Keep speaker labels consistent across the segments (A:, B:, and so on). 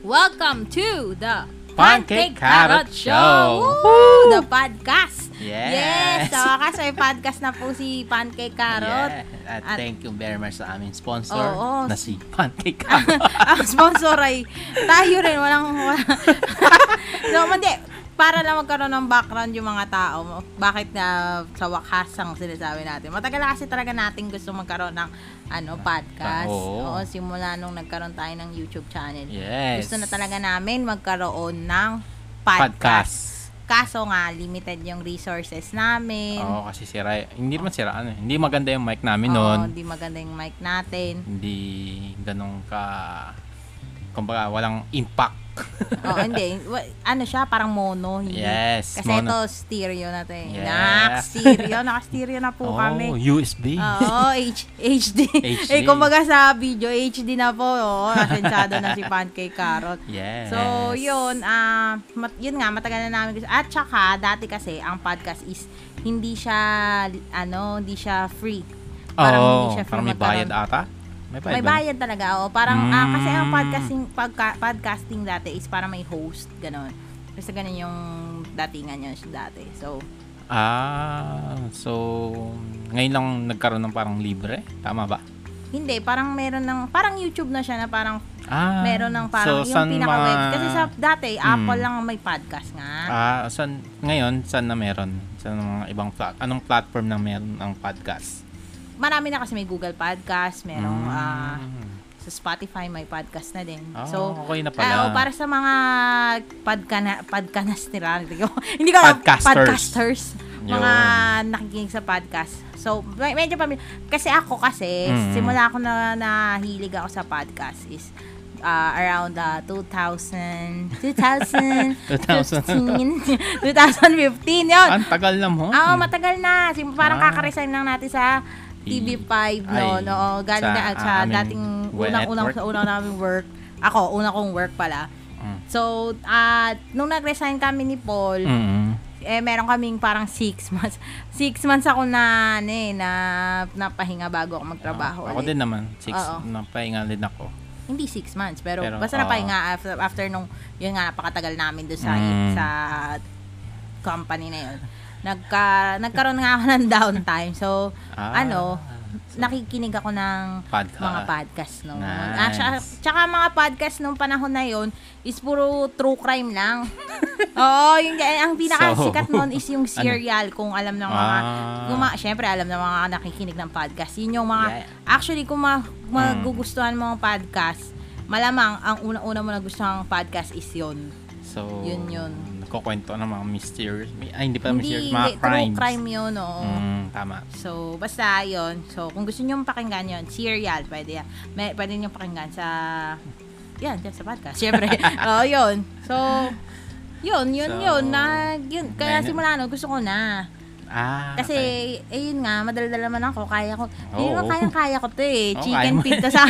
A: Welcome to the
B: Pancake Carrot Show.
A: Woo! The podcast.
B: Yes.
A: Yes, sa wakas may podcast na po si Pancake Carrot.
B: Yeah. At,
A: At-
B: thank you very much sa aming sponsor
A: Oo.
B: na si Pancake Carrot.
A: Ang sponsor ay tayo rin, walang... walang no, hindi. Para lang magkaroon ng background yung mga tao, bakit na sa wakas ang sinasabi natin. Matagal na kasi talaga natin gusto magkaroon ng ano podcast.
B: Oo.
A: simula nung nagkaroon tayo ng YouTube channel.
B: yes.
A: Gusto na talaga namin magkaroon ng podcast.
B: podcast.
A: Kaso nga, limited yung resources namin.
B: Oo, kasi sira. Hindi naman sira. Ano, hindi maganda yung mic namin
A: Oo,
B: noon.
A: Hindi maganda yung mic natin.
B: Hindi ganun ka... Kumbaga, walang impact.
A: Oo, hindi. Wa- Ano siya, parang mono. hindi.
B: yes.
A: Kasi ito, stereo na to eh.
B: Yeah.
A: Nak, stereo. Naka-stereo na po
B: oh,
A: kami.
B: USB.
A: Oo, H- HD.
B: HD.
A: Eh, kumbaga sa video, HD na po. Oo, asensado na si Pancake Carrot.
B: yes.
A: So, yun, ah mat- yun nga, matagal na namin gusto. At saka, dati kasi, ang podcast is, hindi siya, ano, hindi siya free. Parang
B: Oo,
A: hindi siya free
B: parang may
A: magkaroon.
B: bayad ata. May bayad.
A: May
B: ba?
A: bayad talaga, oo. Parang, ah, kasi ang
B: Mm.
A: podcasting, pagka- podcasting dati is para may host, ganun. Kasi ganun yung datingan yun dati. So,
B: Ah, so ngayon lang nagkaroon ng parang libre. Tama ba?
A: hindi, parang meron ng, parang YouTube na siya na parang
B: Ah,
A: meron ng parang yung
B: saan
A: pinaka-web.
B: mga-
A: Kasi sa dati, Apple
B: Mm.
A: lang ang may podcast nga.
B: Ah, saan, ngayon, saan na meron? Sa mga ibang plat anong platform na meron ang podcast?
A: Marami na kasi may Google Podcast, merong,
B: Mm.
A: ah, sa Spotify may podcast na din.
B: Ah,
A: so,
B: okay
A: ah,
B: na pala.
A: oh, para sa mga podkana, podkanastira, hindi ko alam,
B: Podcasters.
A: podcasters, mga
B: Yun.
A: nakikinig sa podcast. So, me- medyo pa, kasi ako kasi,
B: Mm.
A: simula ako na nahilig ako sa podcast is, ah, around ah, 2000, 2000, 2015, 2015, yun.
B: Ah, Ang tagal na mo.
A: Oo, Ah, matagal na. Sim- parang
B: Ah.
A: kakaresign lang natin sa TV5, no?
B: Ay,
A: no Oh, galing
B: sa
A: na
B: ah,
A: sa
B: aming
A: dating
B: well
A: unang-unang
B: network.
A: sa unang naming work. Ako, una kong work pala.
B: Mm.
A: So, at nung nag-resign kami ni Paul,
B: Mm.
A: eh meron kaming parang six months. Six months ako na ano eh, na napahinga bago ako magtrabaho.
B: Ah, Ako
A: ulit.
B: din naman. Six,
A: Oo.
B: napahinga din ako.
A: Hindi six months, pero,
B: Pero,
A: basta
B: oo.
A: napahinga after, after nung, yun nga, napakatagal namin doon sa,
B: Mm.
A: sa company na yun. Nagka, nagkaroon nga ako ng downtime. So,
B: Ah,
A: ano, nakikinig ako ng
B: Podcast.
A: mga podcast no.
B: Ah. Nice.
A: Ah, tsaka, tsaka mga podcast nung panahon na yon is puro true crime lang. Oo, yung ang pinakasikat
B: So, ano?
A: noon is yung serial kung alam ng mga
B: Ah.
A: kung mga- syempre alam ng mga nakikinig ng podcast. Yun yung mga
B: Yeah. Hmm.
A: actually kung ma, magugustuhan mo ang podcast, malamang ang una-una mo nagustuhan ang podcast is yun.
B: So,
A: Yun, yun.
B: Nagkukwento ng mga mysterious. Ay, hindi pa
A: Hindi,
B: mysterious. Mga
A: hindi true
B: crimes.
A: crime yun, oo.
B: Mm, tama.
A: So, basta yon So, kung gusto nyo pakinggan yon serial, pwede yan. May, pwede nyo pakinggan sa... Yan, dyan sa podcast. Siyempre. Oo, yun. So, yun, yun,
B: So,
A: yun. Na, yun. Kaya
B: ngayon-
A: simula nun, gusto ko na.
B: Ah,
A: Kasi, ayun nga, madaldal naman ako. Kaya ko. Hindi
B: Oo.
A: naman kayang-kaya ko to eh.
B: Oo,
A: Chicken
B: kaya mo.
A: pita sa...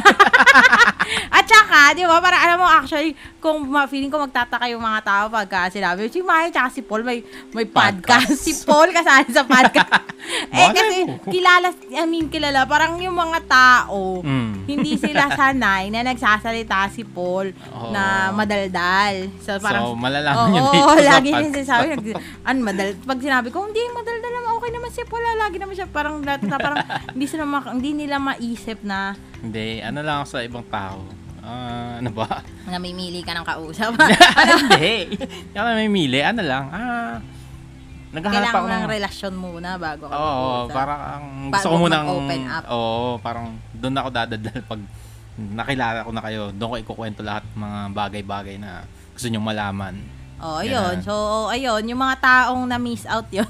A: At saka, di ba, para alam mo, actually, kung ma- feeling ko magtataka yung mga tao pagka sinabi, si Maya tsaka si Paul may, may podcast.
B: Podcast.
A: si Paul kasali sa podcast. eh,
B: Bakit?
A: kasi kilala, I mean, kilala, parang yung mga tao,
B: Mm.
A: hindi sila sanay na nagsasalita si Paul
B: Oo.
A: na madaldal. So, parang,
B: so, malalaman nyo
A: Oo,
B: dito sa
A: lagi
B: podcast.
A: niya sinasabi, nag, ano, madal, pag sinabi ko, hindi, madaldal naman, okay naman siya, wala, lagi naman siya, parang, lahat na, parang, hindi, sila ma- hindi nila maisip na,
B: Hindi, ano lang ako sa ibang tao. Ah, ano ba? Ah,
A: namimili ka ng kausap.
B: Hindi. Hindi ako namimili. Ano lang. Ah, naghahanap
A: Kailangan
B: ako
A: mo ng
B: ng...
A: relasyon muna bago ka
B: Oo, oh,
A: mag-uusap.
B: parang ang
A: Bago
B: gusto ko munang...
A: mag-open up.
B: Oo, parang doon ako dadadal pag nakilala ko na kayo. Doon ko ikukwento lahat ng mga bagay-bagay na gusto nyong malaman.
A: Oo, yun.
B: Ganun.
A: Oh, So, ayun, yung mga taong na-miss out yun.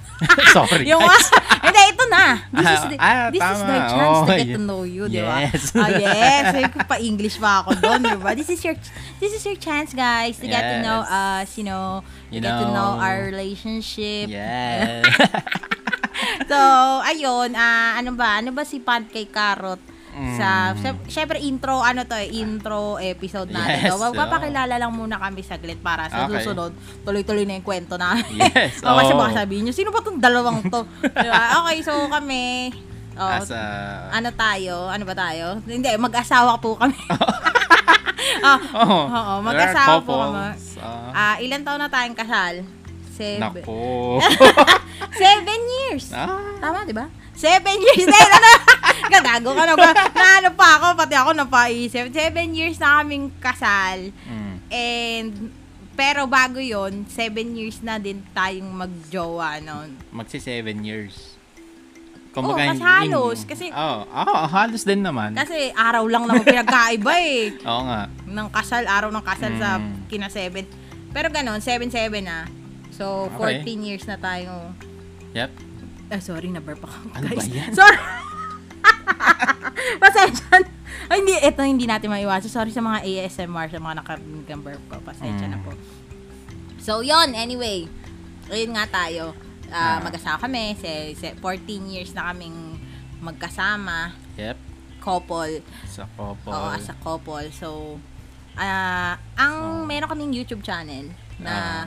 B: Sorry,
A: yung mga,
B: guys.
A: hindi, ito na. This is the,
B: Ah,
A: this is
B: tama.
A: the chance to
B: Oo,
A: get
B: yun.
A: to know you, di ba?
B: Yes.
A: Ah, yes. Sabi ko pa English pa ako doon, di ba? This is your, this is your chance, guys, to get to know
B: Yes.
A: us, you know, to
B: You
A: get to know
B: know.
A: our relationship.
B: Yes.
A: So, ayun, ah, ano ba? Ano ba si Pancake Carrot? Sa,
B: Mm.
A: syem- syempre intro, ano to eh, intro episode natin.
B: Yes,
A: to. Wag
B: oo.
A: papakilala lang muna kami saglit para sa
B: Okay.
A: susunod, tuloy-tuloy na yung kwento namin.
B: Yes,
A: o, kasi
B: oo.
A: baka sabihin nyo, sino ba tong dalawang to? diba? Okay, so kami, oh,
B: As a...
A: ano tayo? Ano ba tayo? Hindi, mag-asawa po kami. Ah,
B: Oo.
A: Oo,
B: Oh, There are
A: mag-asawa po
B: couples.
A: kami.
B: Ah,
A: ah, ilan taon na tayong kasal? Seven.
B: Nako.
A: Seven years.
B: ah,
A: Tama, di ba? Seven years na yun. Ano? Gagago ka na ba? Naano pa ako, pati ako napaisip. Seven years na kaming kasal.
B: mm,
A: And, pero bago yon seven years na din tayong magjowa noon.
B: magsi seven years.
A: Oo, Oh, mas
B: hindi-
A: halos, kasi-
B: Oo, oo, halos din naman.
A: Kasi araw lang naman pinagkaiba eh.
B: Oo nga.
A: Ng kasal, araw ng kasal sa
B: Mm.
A: kina seven. Pero ganon, seven-seven na. So,
B: Okay.
A: 14 years na tayo.
B: Yep.
A: Ah, sorry, nabarpa ako,
B: Ano
A: guys.
B: ba yan?
A: Sorry! Pasensya na. Ay, hindi, ito hindi natin maiwasan. Sorry sa mga ASMR, sa mga nakarinig ng burp ko. Pasensya na
B: Mm.
A: po. So, yon anyway. Ayun nga tayo. Ah,
B: Ah.
A: Mag-asawa kami. Se, se, 14 years na kaming magkasama.
B: Yep.
A: Couple.
B: Sa couple.
A: Oo, as a couple. So, ah, ang
B: Oh.
A: meron kaming YouTube channel na
B: Ah.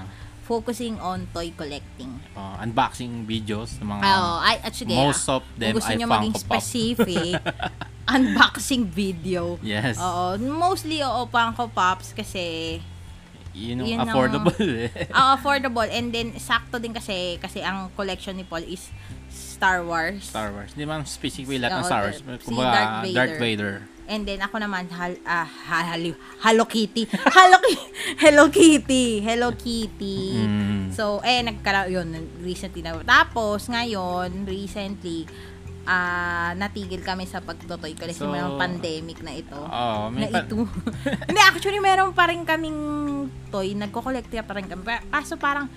A: focusing on toy collecting.
B: Oo, Oh, unboxing videos ng mga
A: Oo, ay, at sige.
B: Ah.
A: ah.
B: most of
A: Kung
B: them
A: gusto
B: ay
A: nyo maging
B: Funko Pop.
A: specific, unboxing video.
B: Yes.
A: Oo, mostly oo, Funko Pops kasi yun
B: Yun yung
A: ang-
B: affordable eh.
A: ah, affordable and then sakto din kasi kasi ang collection ni Paul is Star Wars.
B: Star Wars. Hindi man specific lahat ng
A: Oo,
B: Star Wars.
A: the- si
B: Kumbaga,
A: Darth
B: Darth
A: Vader.
B: Vader.
A: And then ako naman hal, ah, ha- hali- Hello Kitty. Hello, Ki- Hello Kitty. Hello Kitty.
B: Mm.
A: So, eh, nagkala yun, recently na. Tapos, ngayon, recently, ah, natigil kami sa pagtotoy kasi
B: So,
A: ng pandemic na ito.
B: Oo, may
A: na
B: pa-
A: ito. Hindi, actually, meron pa rin kaming toy. Nagko-collecta pa rin kami. Pa- Kaso parang,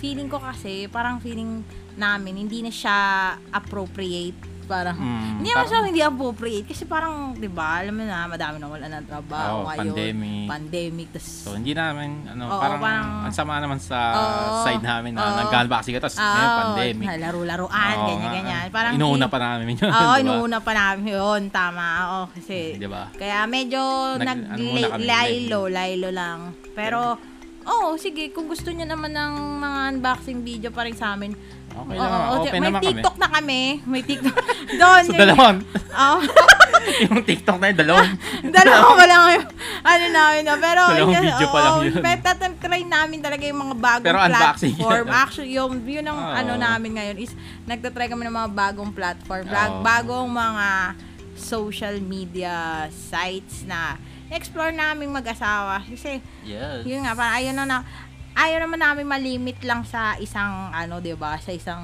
A: feeling ko kasi, parang feeling namin, hindi na siya appropriate. Parang,
B: Mm,
A: hindi naman siya
B: parang-
A: hindi appropriate. Kasi parang, di ba, alam mo na, madami na wala ng trabaho
B: Oo,
A: ngayon.
B: pandemic.
A: Pandemic. Tas,
B: So, hindi namin, ano,
A: Oo,
B: parang,
A: parang-
B: ang sama naman sa
A: Oo,
B: side namin na
A: oo.
B: nag-unboxing ka,
A: Oo,
B: tapos ngayon, pandemic.
A: na Laro-laruan,
B: Oo,
A: ganyan,
B: nga.
A: ganyan. Parang
B: Inuuna
A: feeling-
B: pa namin
A: Oo,
B: yun. diba?
A: inuuna pa namin yun. Tama. Oo, kasi...
B: Di ba?
A: Kaya medyo
B: Nag-
A: nag,
B: ano muna kami,
A: lilo, lilo lang. Pero, oo, sige, kung gusto niyo naman ng mga unboxing video pa rin sa amin. oo,
B: Okay naman,
A: oo,
B: open
A: may
B: naman kami.
A: TikTok na kami. May TikTok. Doon. Oh.
B: So, dalawang,
A: Oo.
B: yung TikTok na yun, dalawang.
A: Dalawa pa lang yung ano namin no. Pero
B: Dalawang
A: yun,
B: video pa lang
A: oo,
B: yun.
A: Pero tatam- try namin talaga yung mga bagong
B: Pero unboxing
A: platform.
B: yan.
A: Actually, yung, yun ang
B: Oo. Ah,
A: ano namin ngayon is nagtatry kami ng mga bagong platform. bag-
B: Oo.
A: Bagong mga social media sites na explore namin mag-asawa. Kasi
B: Yes.
A: yun nga, parang ayaw na na, ayaw naman namin malimit lang sa isang, ano, 'di ba sa isang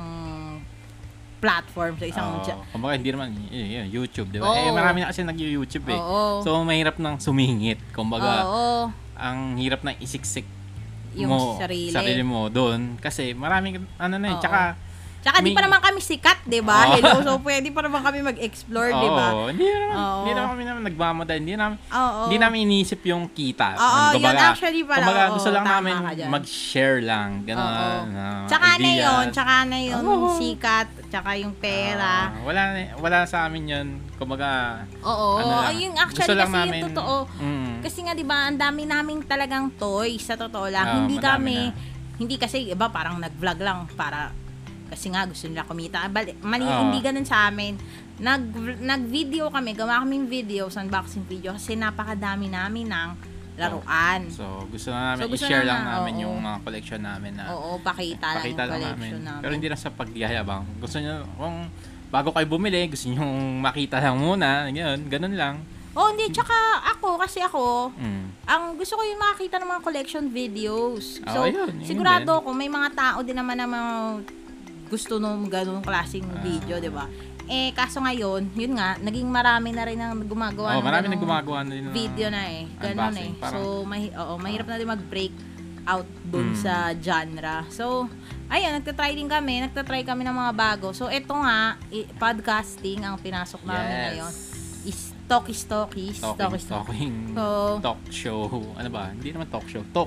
A: platform, sa isang...
B: Oo, kumbaga, hindi naman, yun, yun, YouTube, di ba?
A: Oo.
B: Eh, marami na kasi nag-YouTube eh.
A: Oo.
B: So, mahirap nang sumingit. Kumbaga,
A: Oo.
B: ang hirap na isiksik
A: Yung
B: mo,
A: sarili.
B: mo doon. Kasi marami, ano na yun,
A: Oo.
B: tsaka,
A: Tsaka di
B: May-
A: pa naman kami sikat, 'di ba?
B: Oo.
A: Hello, so pwede pa naman kami mag-explore, 'di ba?
B: Oo, hindi naman,
A: diba? Oo.
B: hindi naman kami naman nagmamadali. Hindi namin,
A: Oo.
B: hindi namin iniisip yung kita.
A: Oo,
B: Ano,
A: yun actually pala,
B: Kumbaga,
A: oo,
B: gusto lang
A: tama
B: namin
A: ka dyan.
B: mag-share lang. Ganun,
A: Oo.
B: ah,
A: Tsaka na
B: ideas.
A: 'yon, tsaka na 'yon
B: Oo.
A: sikat, tsaka yung pera.
B: Ah, wala, na- wala sa amin yun. Kumbaga,
A: Oo,
B: ano lang.
A: yung actually
B: gusto lang
A: kasi
B: namin-
A: yung totoo.
B: Mm.
A: Kasi nga 'di ba, ang dami naming talagang toys sa totoo lang.
B: Oo,
A: hindi
B: Ah,
A: kami
B: madami na.
A: hindi kasi iba parang nag-vlog lang para kasi nga gusto nila kumita. Bali, mali,
B: Oo.
A: hindi ganun sa amin. Nag nag-video kami, gawa kaming video, unboxing video kasi napakadami namin ng laruan.
B: so, gusto na namin
A: So, gusto
B: i-share
A: na
B: lang
A: na,
B: namin
A: oo.
B: yung mga collection namin na
A: Oo, pakita,
B: pakita
A: lang yung
B: lang namin.
A: collection namin.
B: Pero hindi lang sa pagyayabang. Gusto nyo, kung bago kayo bumili, gusto nyo makita lang muna. Ganun, ganun lang.
A: Oh, hindi. Tsaka ako, kasi ako,
B: Mm.
A: ang gusto ko yung makakita ng mga collection videos.
B: Ah,
A: So,
B: ayun, yun
A: sigurado
B: din.
A: ako, may mga tao din naman na mga gusto nung ganung klaseng
B: Ah.
A: video, di ba? Eh, kaso ngayon, yun nga, naging marami na rin ang gumagawa
B: Oh,
A: ng
B: marami na
A: ganung
B: gumagawa na ah. din ng
A: ano, video na eh. Ganun
B: unboxing,
A: eh.
B: parang-
A: so, mahi- oo, mahirap na din mag-break out dun
B: Hmm.
A: sa genre. So, ayun, nagtatry din kami. Nagtatry kami ng mga bago. So, eto nga, i- podcasting ang pinasok namin ngayon. is talk is talk is talk
B: Talking,
A: is talk.
B: talking,
A: So-
B: talk show. Ano ba? Hindi naman talk show. Talk.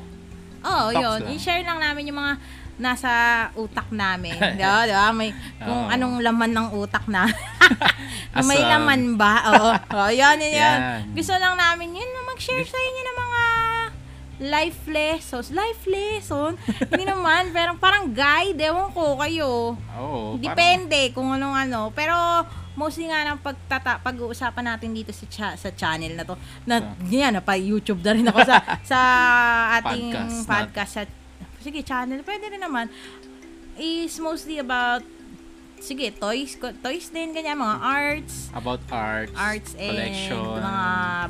A: Oo,
B: Talks
A: yun.
B: lang.
A: I-share lang namin yung mga nasa utak namin. Di ba? Di ba? May, kung
B: Oo.
A: anong laman ng utak na.
B: As,
A: may
B: um,
A: laman ba? Oo. Oo, yun, yun, yun.
B: Yan.
A: Gusto lang namin yun na mag-share sa inyo ng mga life lessons. Life lesson? Hindi naman. Pero parang guide. Ewan ko kayo.
B: Oo. parang-
A: Depende kung anong ano. Pero mostly nga ng pagtata, pag-uusapan natin dito sa, cha- sa channel na to. Na, yeah. na napa-YouTube na rin ako sa, sa ating
B: Podcast
A: podcast.
B: na-
A: sa, sige, channel, pwede rin naman. Is mostly about, sige, toys, ko- toys din, ganyan, mga arts,
B: About arts,
A: arts and
B: collection.
A: mga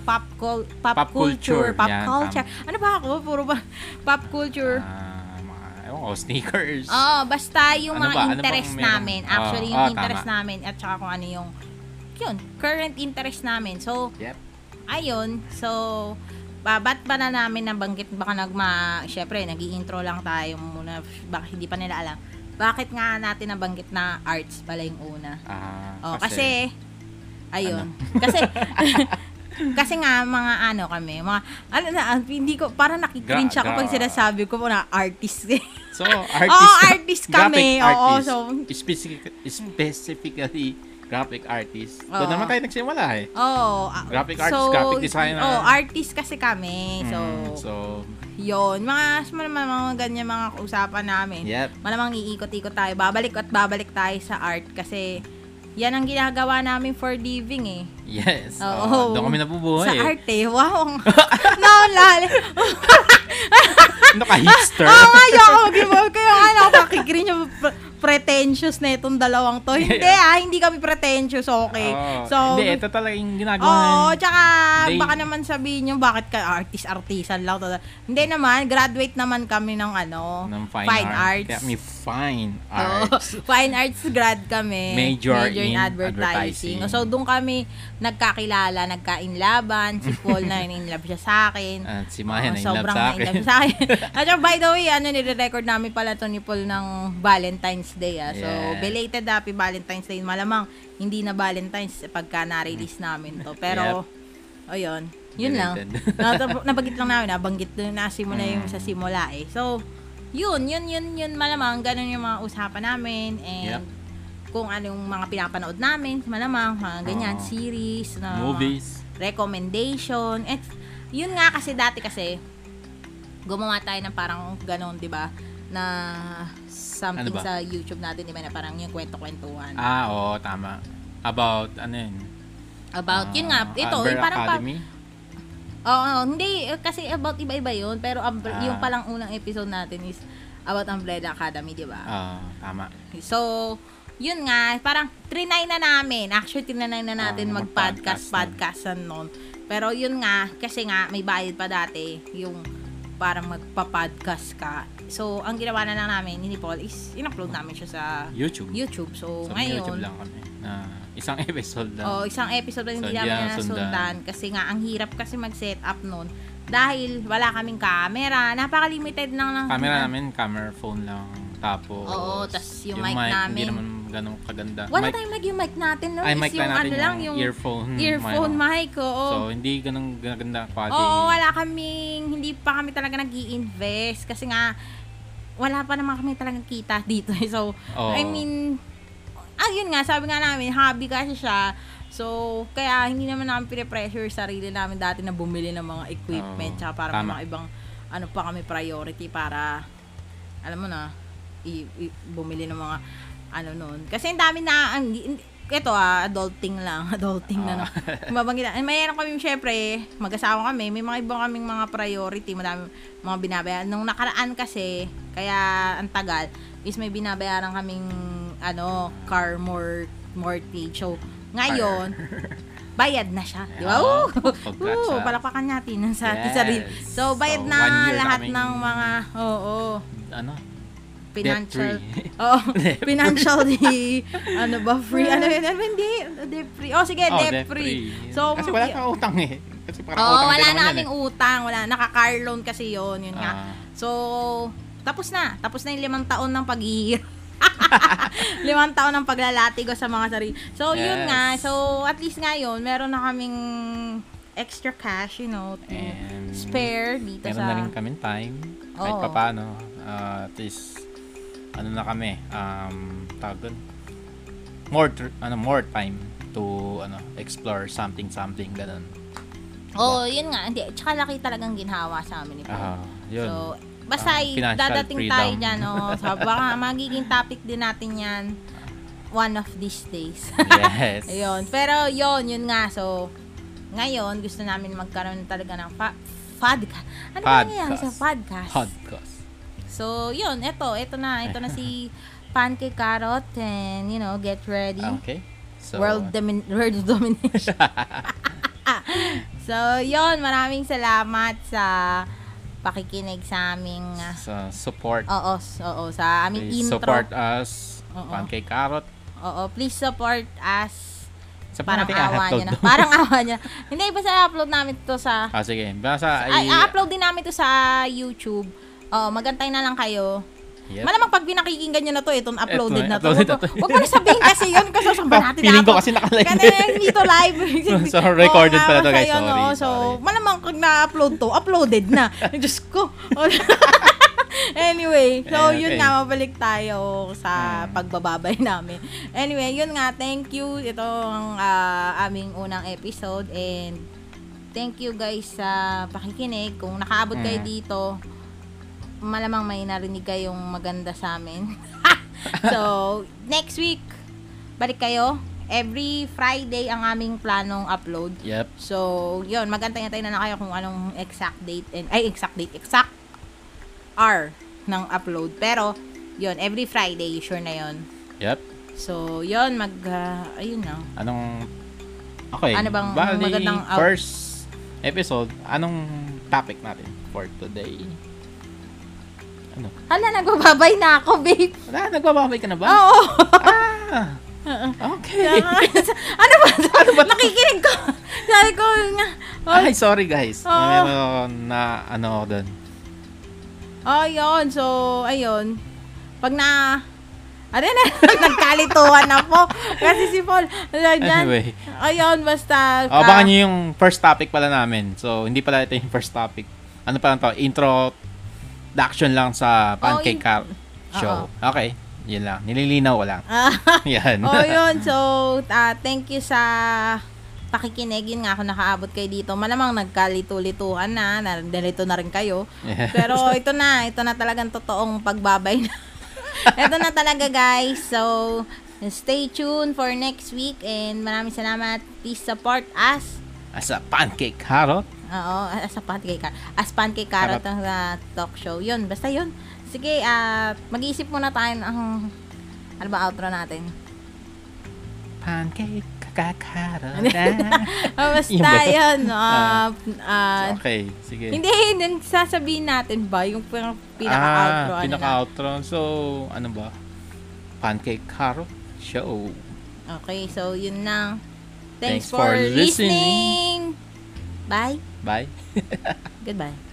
A: pop, cul- pop,
B: Pop
A: culture,
B: culture,
A: pop
B: yan,
A: culture. Ano ba ako? Puro ba pop culture?
B: ah, mga, ewan ko, sneakers.
A: Oo, basta yung
B: Ano
A: mga
B: ba? Ano
A: interest
B: bang meron?
A: namin. Actually,
B: Oo,
A: yung
B: oo,
A: interest
B: tama.
A: namin at saka kung ano yung yun, current interest namin. So,
B: Yep.
A: ayun. So, ba, ba't ba na namin nabanggit? Baka nagma, syempre, nag intro lang tayo muna. Baka hindi pa nila alam. Bakit nga natin nabanggit na arts pala yung una?
B: Ah,
A: Oh, kasi,
B: ano?
A: ayun. Kasi, kasi nga, mga ano kami, mga, ano na, ah, hindi ko, parang nakikringe
B: Gra-
A: ako pag
B: gra-
A: sinasabi ko na artist.
B: So, artist.
A: Oo, Oh, artist kami.
B: Graphic
A: Oo,
B: artist.
A: so-
B: Specific- specifically, graphic artist.
A: Oo.
B: Doon naman tayo nagsimula eh.
A: oh, ah,
B: Graphic artist, graphic designer.
A: Oh, artist kasi kami. So,
B: Mm, so
A: yun. Mga, mga, mga ganyan mga usapan namin.
B: yep.
A: malamang iikot-ikot tayo. Babalik at babalik tayo sa art kasi yan ang ginagawa namin for living eh.
B: Yes.
A: Oo.
B: Oo, doon kami nabubuhay.
A: Sa
B: eh.
A: art eh. Wow. no, lalo.
B: Ano Naka-hipster.
A: Oo nga, yun ako mag-revolve kayo. Ano, pakigreen yung pr- pretentious na itong dalawang to. Hindi ah, hindi kami pretentious, okay?
B: Oo.
A: so,
B: Oh, hindi, ito talaga yung ginagawa
A: Oo,
B: namin.
A: tsaka
B: They-
A: baka naman sabihin nyo, bakit ka artist-artisan lang. to? Hindi naman, graduate naman kami ng ano,
B: ng fine, art.
A: arts.
B: Kaya may fine
A: Oo,
B: arts.
A: fine arts grad kami.
B: Major in advertising.
A: So, doon kami nagkakilala, nagkainlaban. Si Paul na in love siya sa akin.
B: At si Maya
A: Oo,
B: na in love
A: sobrang
B: sa
A: na in
B: akin.
A: love sa akin. At saka, by the way, ano, nire-record namin pala to ni Paul ng Valentine's Day. Ah. So,
B: Yeah.
A: belated happy Valentine's Day. Malamang, hindi na Valentine's pagka
B: Mm.
A: na-release namin to. Pero, ayun. Yun lang.
B: Belated.
A: Natab- nabanggit lang namin, nabanggit doon na simula yung
B: Mm.
A: sa simula eh. So, yun, yun, yun, yun, malamang, ganun yung mga usapan namin. And,
B: Yep.
A: kung anong mga pinapanood namin, malamang, mga ganyan,
B: Oo.
A: series, na mga-
B: Movies.
A: recommendation. At yun nga kasi dati kasi gumawa tayo ng parang ganun, 'di ba? Na something
B: Ano ba?
A: sa YouTube natin, 'di ba, na parang yung kwento-kwentuhan.
B: Ah, oo, tama. About, ano yun?
A: about yun nga,
B: Ah,
A: ito,
B: Amber
A: yung parang pa,
B: Academy?
A: Oo, hindi eh, kasi about iba-iba yun, pero um,
B: Ah.
A: yung palang unang episode natin is about Umbrella Academy, 'di ba?
B: Ah, tama.
A: So, yun nga, parang trinay na namin. Actually, trinay na natin
B: Ah,
A: mag-podcast,
B: mag-podcast na.
A: podcastan noon. Pero yun nga, kasi nga, may bayad pa dati yung parang magpa-podcast ka. So, ang ginawa na lang namin ni Paul is in-upload namin siya sa
B: YouTube.
A: YouTube. So,
B: Sa
A: ngayon,
B: YouTube lang kami. Na isang episode lang.
A: Oh, isang episode lang hindi
B: So,
A: namin
B: hindi
A: na
B: na nasundan.
A: nasundan kasi nga ang hirap kasi mag-set up noon dahil wala kaming camera. Napaka-limited lang ng
B: camera namin, camera phone lang. Tapos,
A: Oo, tas yung mic
B: Hindi
A: namin.
B: naman ganun kaganda.
A: Wala
B: Mic-
A: tayong nag yung mic natin noon.
B: ay,
A: is
B: mic tayo
A: yung
B: natin
A: ano lang, yung
B: earphone.
A: earphone
B: mic.
A: mic. Oo.
B: So, hindi ganun gaganda quality.
A: Oo, wala kaming, hindi pa kami talaga nag invest kasi nga, wala pa naman kami talagang kita dito. eh. So,
B: Oo.
A: I mean, ayun nga, sabi nga namin, hobby kasi siya. So, kaya hindi naman namin pinipressure yung sarili namin dati na bumili ng mga equipment.
B: Oo,
A: Tsaka para may
B: tama.
A: mga ibang, ano pa kami priority para, alam mo na, i, i- bumili ng mga, ano nun. Kasi ang dami na, ang, ito ah, adulting lang, adulting na no.
B: Ah.
A: Mabanggit na. Mayroon kami, syempre, mag-asawa kami, may mga iba kaming mga priority, madami mga binabayaran. Nung nakaraan kasi, kaya ang tagal, is may binabayaran kaming, ano, car mor- mortgage. So, ngayon, bayad na siya. Di ba?
B: Yeah.
A: Woo!
B: Ah, Congrats,
A: Woo!
B: ah.
A: Palakpakan natin ang sa ating
B: Yes.
A: sarili. So, bayad
B: So,
A: na
B: one year
A: lahat
B: kaming-
A: ng mga, oo,
B: ano?
A: financial,
B: Debt-free.
A: oo, financial, di, ano ba, free, ano yun, ano, hindi, debt free. Oh, sige,
B: Oh,
A: debt free. So,
B: Kasi wala kang utang eh. Kasi parang
A: Oo,
B: utang din
A: wala
B: naman
A: na
B: yan
A: kaming utang. Wala. Naka-car loan kasi yon Yun
B: eh.
A: nga.
B: Ah,
A: So, tapos na. Tapos na yung limang taon ng paghihirap. limang taon ng paglalatigo sa mga sarili. So, yun
B: Yes.
A: nga. So, at least ngayon, meron na kaming extra cash, you know, to
B: And
A: spare dito
B: meron
A: sa...
B: na rin kami time. Kahit
A: Oo.
B: pa paano. Ah, at least, ano na kami, um, tawag doon, more, tr- ano, more time to, ano, explore something, something, ganun.
A: Oo, yun nga. Hindi, tsaka laki talagang ginhawa sa amin ni Paul.
B: Ah, yun.
A: So, basta
B: Ah,
A: ay
B: financial
A: dadating tayo
B: freedom.
A: dyan. Oh, so, baka magiging topic din natin yan one of these days.
B: Yes.
A: Ayun. Pero yon yun nga. So, ngayon, gusto namin magkaroon talaga ng fa- podcast. Ano ba nangyayari sa podcast?
B: Podcast.
A: So, yun. Eto. Eto na. Eto na si Pancake Carrot. And, you know, get ready.
B: Ah, Okay. So,
A: World, domin- world domination. so, yon Maraming salamat sa pakikinig sa aming... ah,
B: sa support.
A: Oo, s- oo. Sa aming
B: Please
A: intro.
B: support us.
A: Oo.
B: Pancake Carrot.
A: Oo, please support us.
B: Sa
A: Parang
B: natin
A: awa
B: i-upload
A: nyo na.
B: to?
A: Parang awa nyo na. Hindi, basta upload namin to sa...
B: Ah, sige. Basta
A: Ay, upload din namin to sa YouTube. Oo, magantay na lang kayo.
B: Yep.
A: Malamang pag binakikinggan nyo na to, itong uploaded
B: Ito na,
A: na to.
B: uploaded
A: Huwag
B: na to.
A: huwag mo na sabihin kasi yun, kasi sasabihin natin.
B: Feeling ko
A: na-upload.
B: kasi nakalive na
A: Kasi dito live.
B: So, recorded
A: Oo,
B: pala to,
A: nga,
B: guys.
A: yun,
B: Sorry,
A: oo. so,
B: sorry.
A: malamang pag na-upload to, uploaded na. Diyos ko. anyway, so
B: Eh,
A: yun
B: okay.
A: nga, mabalik tayo sa
B: Hmm.
A: pagbababay namin. Anyway, yun nga, thank you. Ito ang ah, aming unang episode and thank you guys sa pakikinig. Kung nakaabot kayo
B: Hmm.
A: dito, malamang may narinig kayong maganda sa amin. so, next week, balik kayo. Every Friday ang aming planong upload.
B: Yep.
A: So, yun, magantay-antay na lang kayo kung anong exact date and ay exact date, exact hour ng upload. Pero yun, every Friday sure na yun.
B: Yep.
A: So, yun mag ah, ayun na.
B: Anong Okay.
A: Ano bang
B: bali,
A: magandang out-
B: first episode, anong topic natin for today? Ano?
A: Hala, nagbababay na ako, babe.
B: Ah, nagbababay ka na ba?
A: Oo.
B: Ah! Okay.
A: ano ba? ano ba? Nakikinig ko. Sabi ko nga. Oh,
B: Ay, sorry guys.
A: Oo.
B: Meron na ano ako doon.
A: Oh, yun. So, ayun. Pag na... Ano na, nagkalituhan na po. Kasi si Paul, ano dyan.
B: Anyway.
A: Ayun, basta... ah,
B: Oh, baka nyo yung first topic pala namin. So, hindi pala ito yung first topic. Ano pala to? Intro action lang
A: Oh,
B: sa Pancake
A: in-
B: Car Show. Okay. Yun lang. Nililinaw ko lang. Yan.
A: oh, yun. So, ah, thank you sa pakikinig. Yun nga ako nakaabot kayo dito. Malamang nagkalito-lituhan na. Nalito na rin kayo.
B: Yes.
A: Pero ito na. Ito na talagang totoong pagbabay na. ito na talaga, guys. So, stay tuned for next week. And maraming salamat. Please support us.
B: As a pancake carrot.
A: Oo, as a pancake carrot. As pancake carrot ang ah, talk show. Yun, basta yun. Sige, ah, mag-iisip muna tayo ng ano ba outro natin?
B: Pancake carrot.
A: Ano Oh,
B: Yun
A: basta
B: ba?
A: yun. ah, ah,
B: okay. Sige.
A: hindi, hindi ang sasabihin natin ba yung pin- pinaka-outro?
B: Ah,
A: ano na?
B: pinaka-outro. So, ano ba? Pancake carrot show.
A: Okay, so yun lang. Thanks,
B: Thanks
A: for,
B: for
A: listening. Bye.
B: Bye.
A: Goodbye.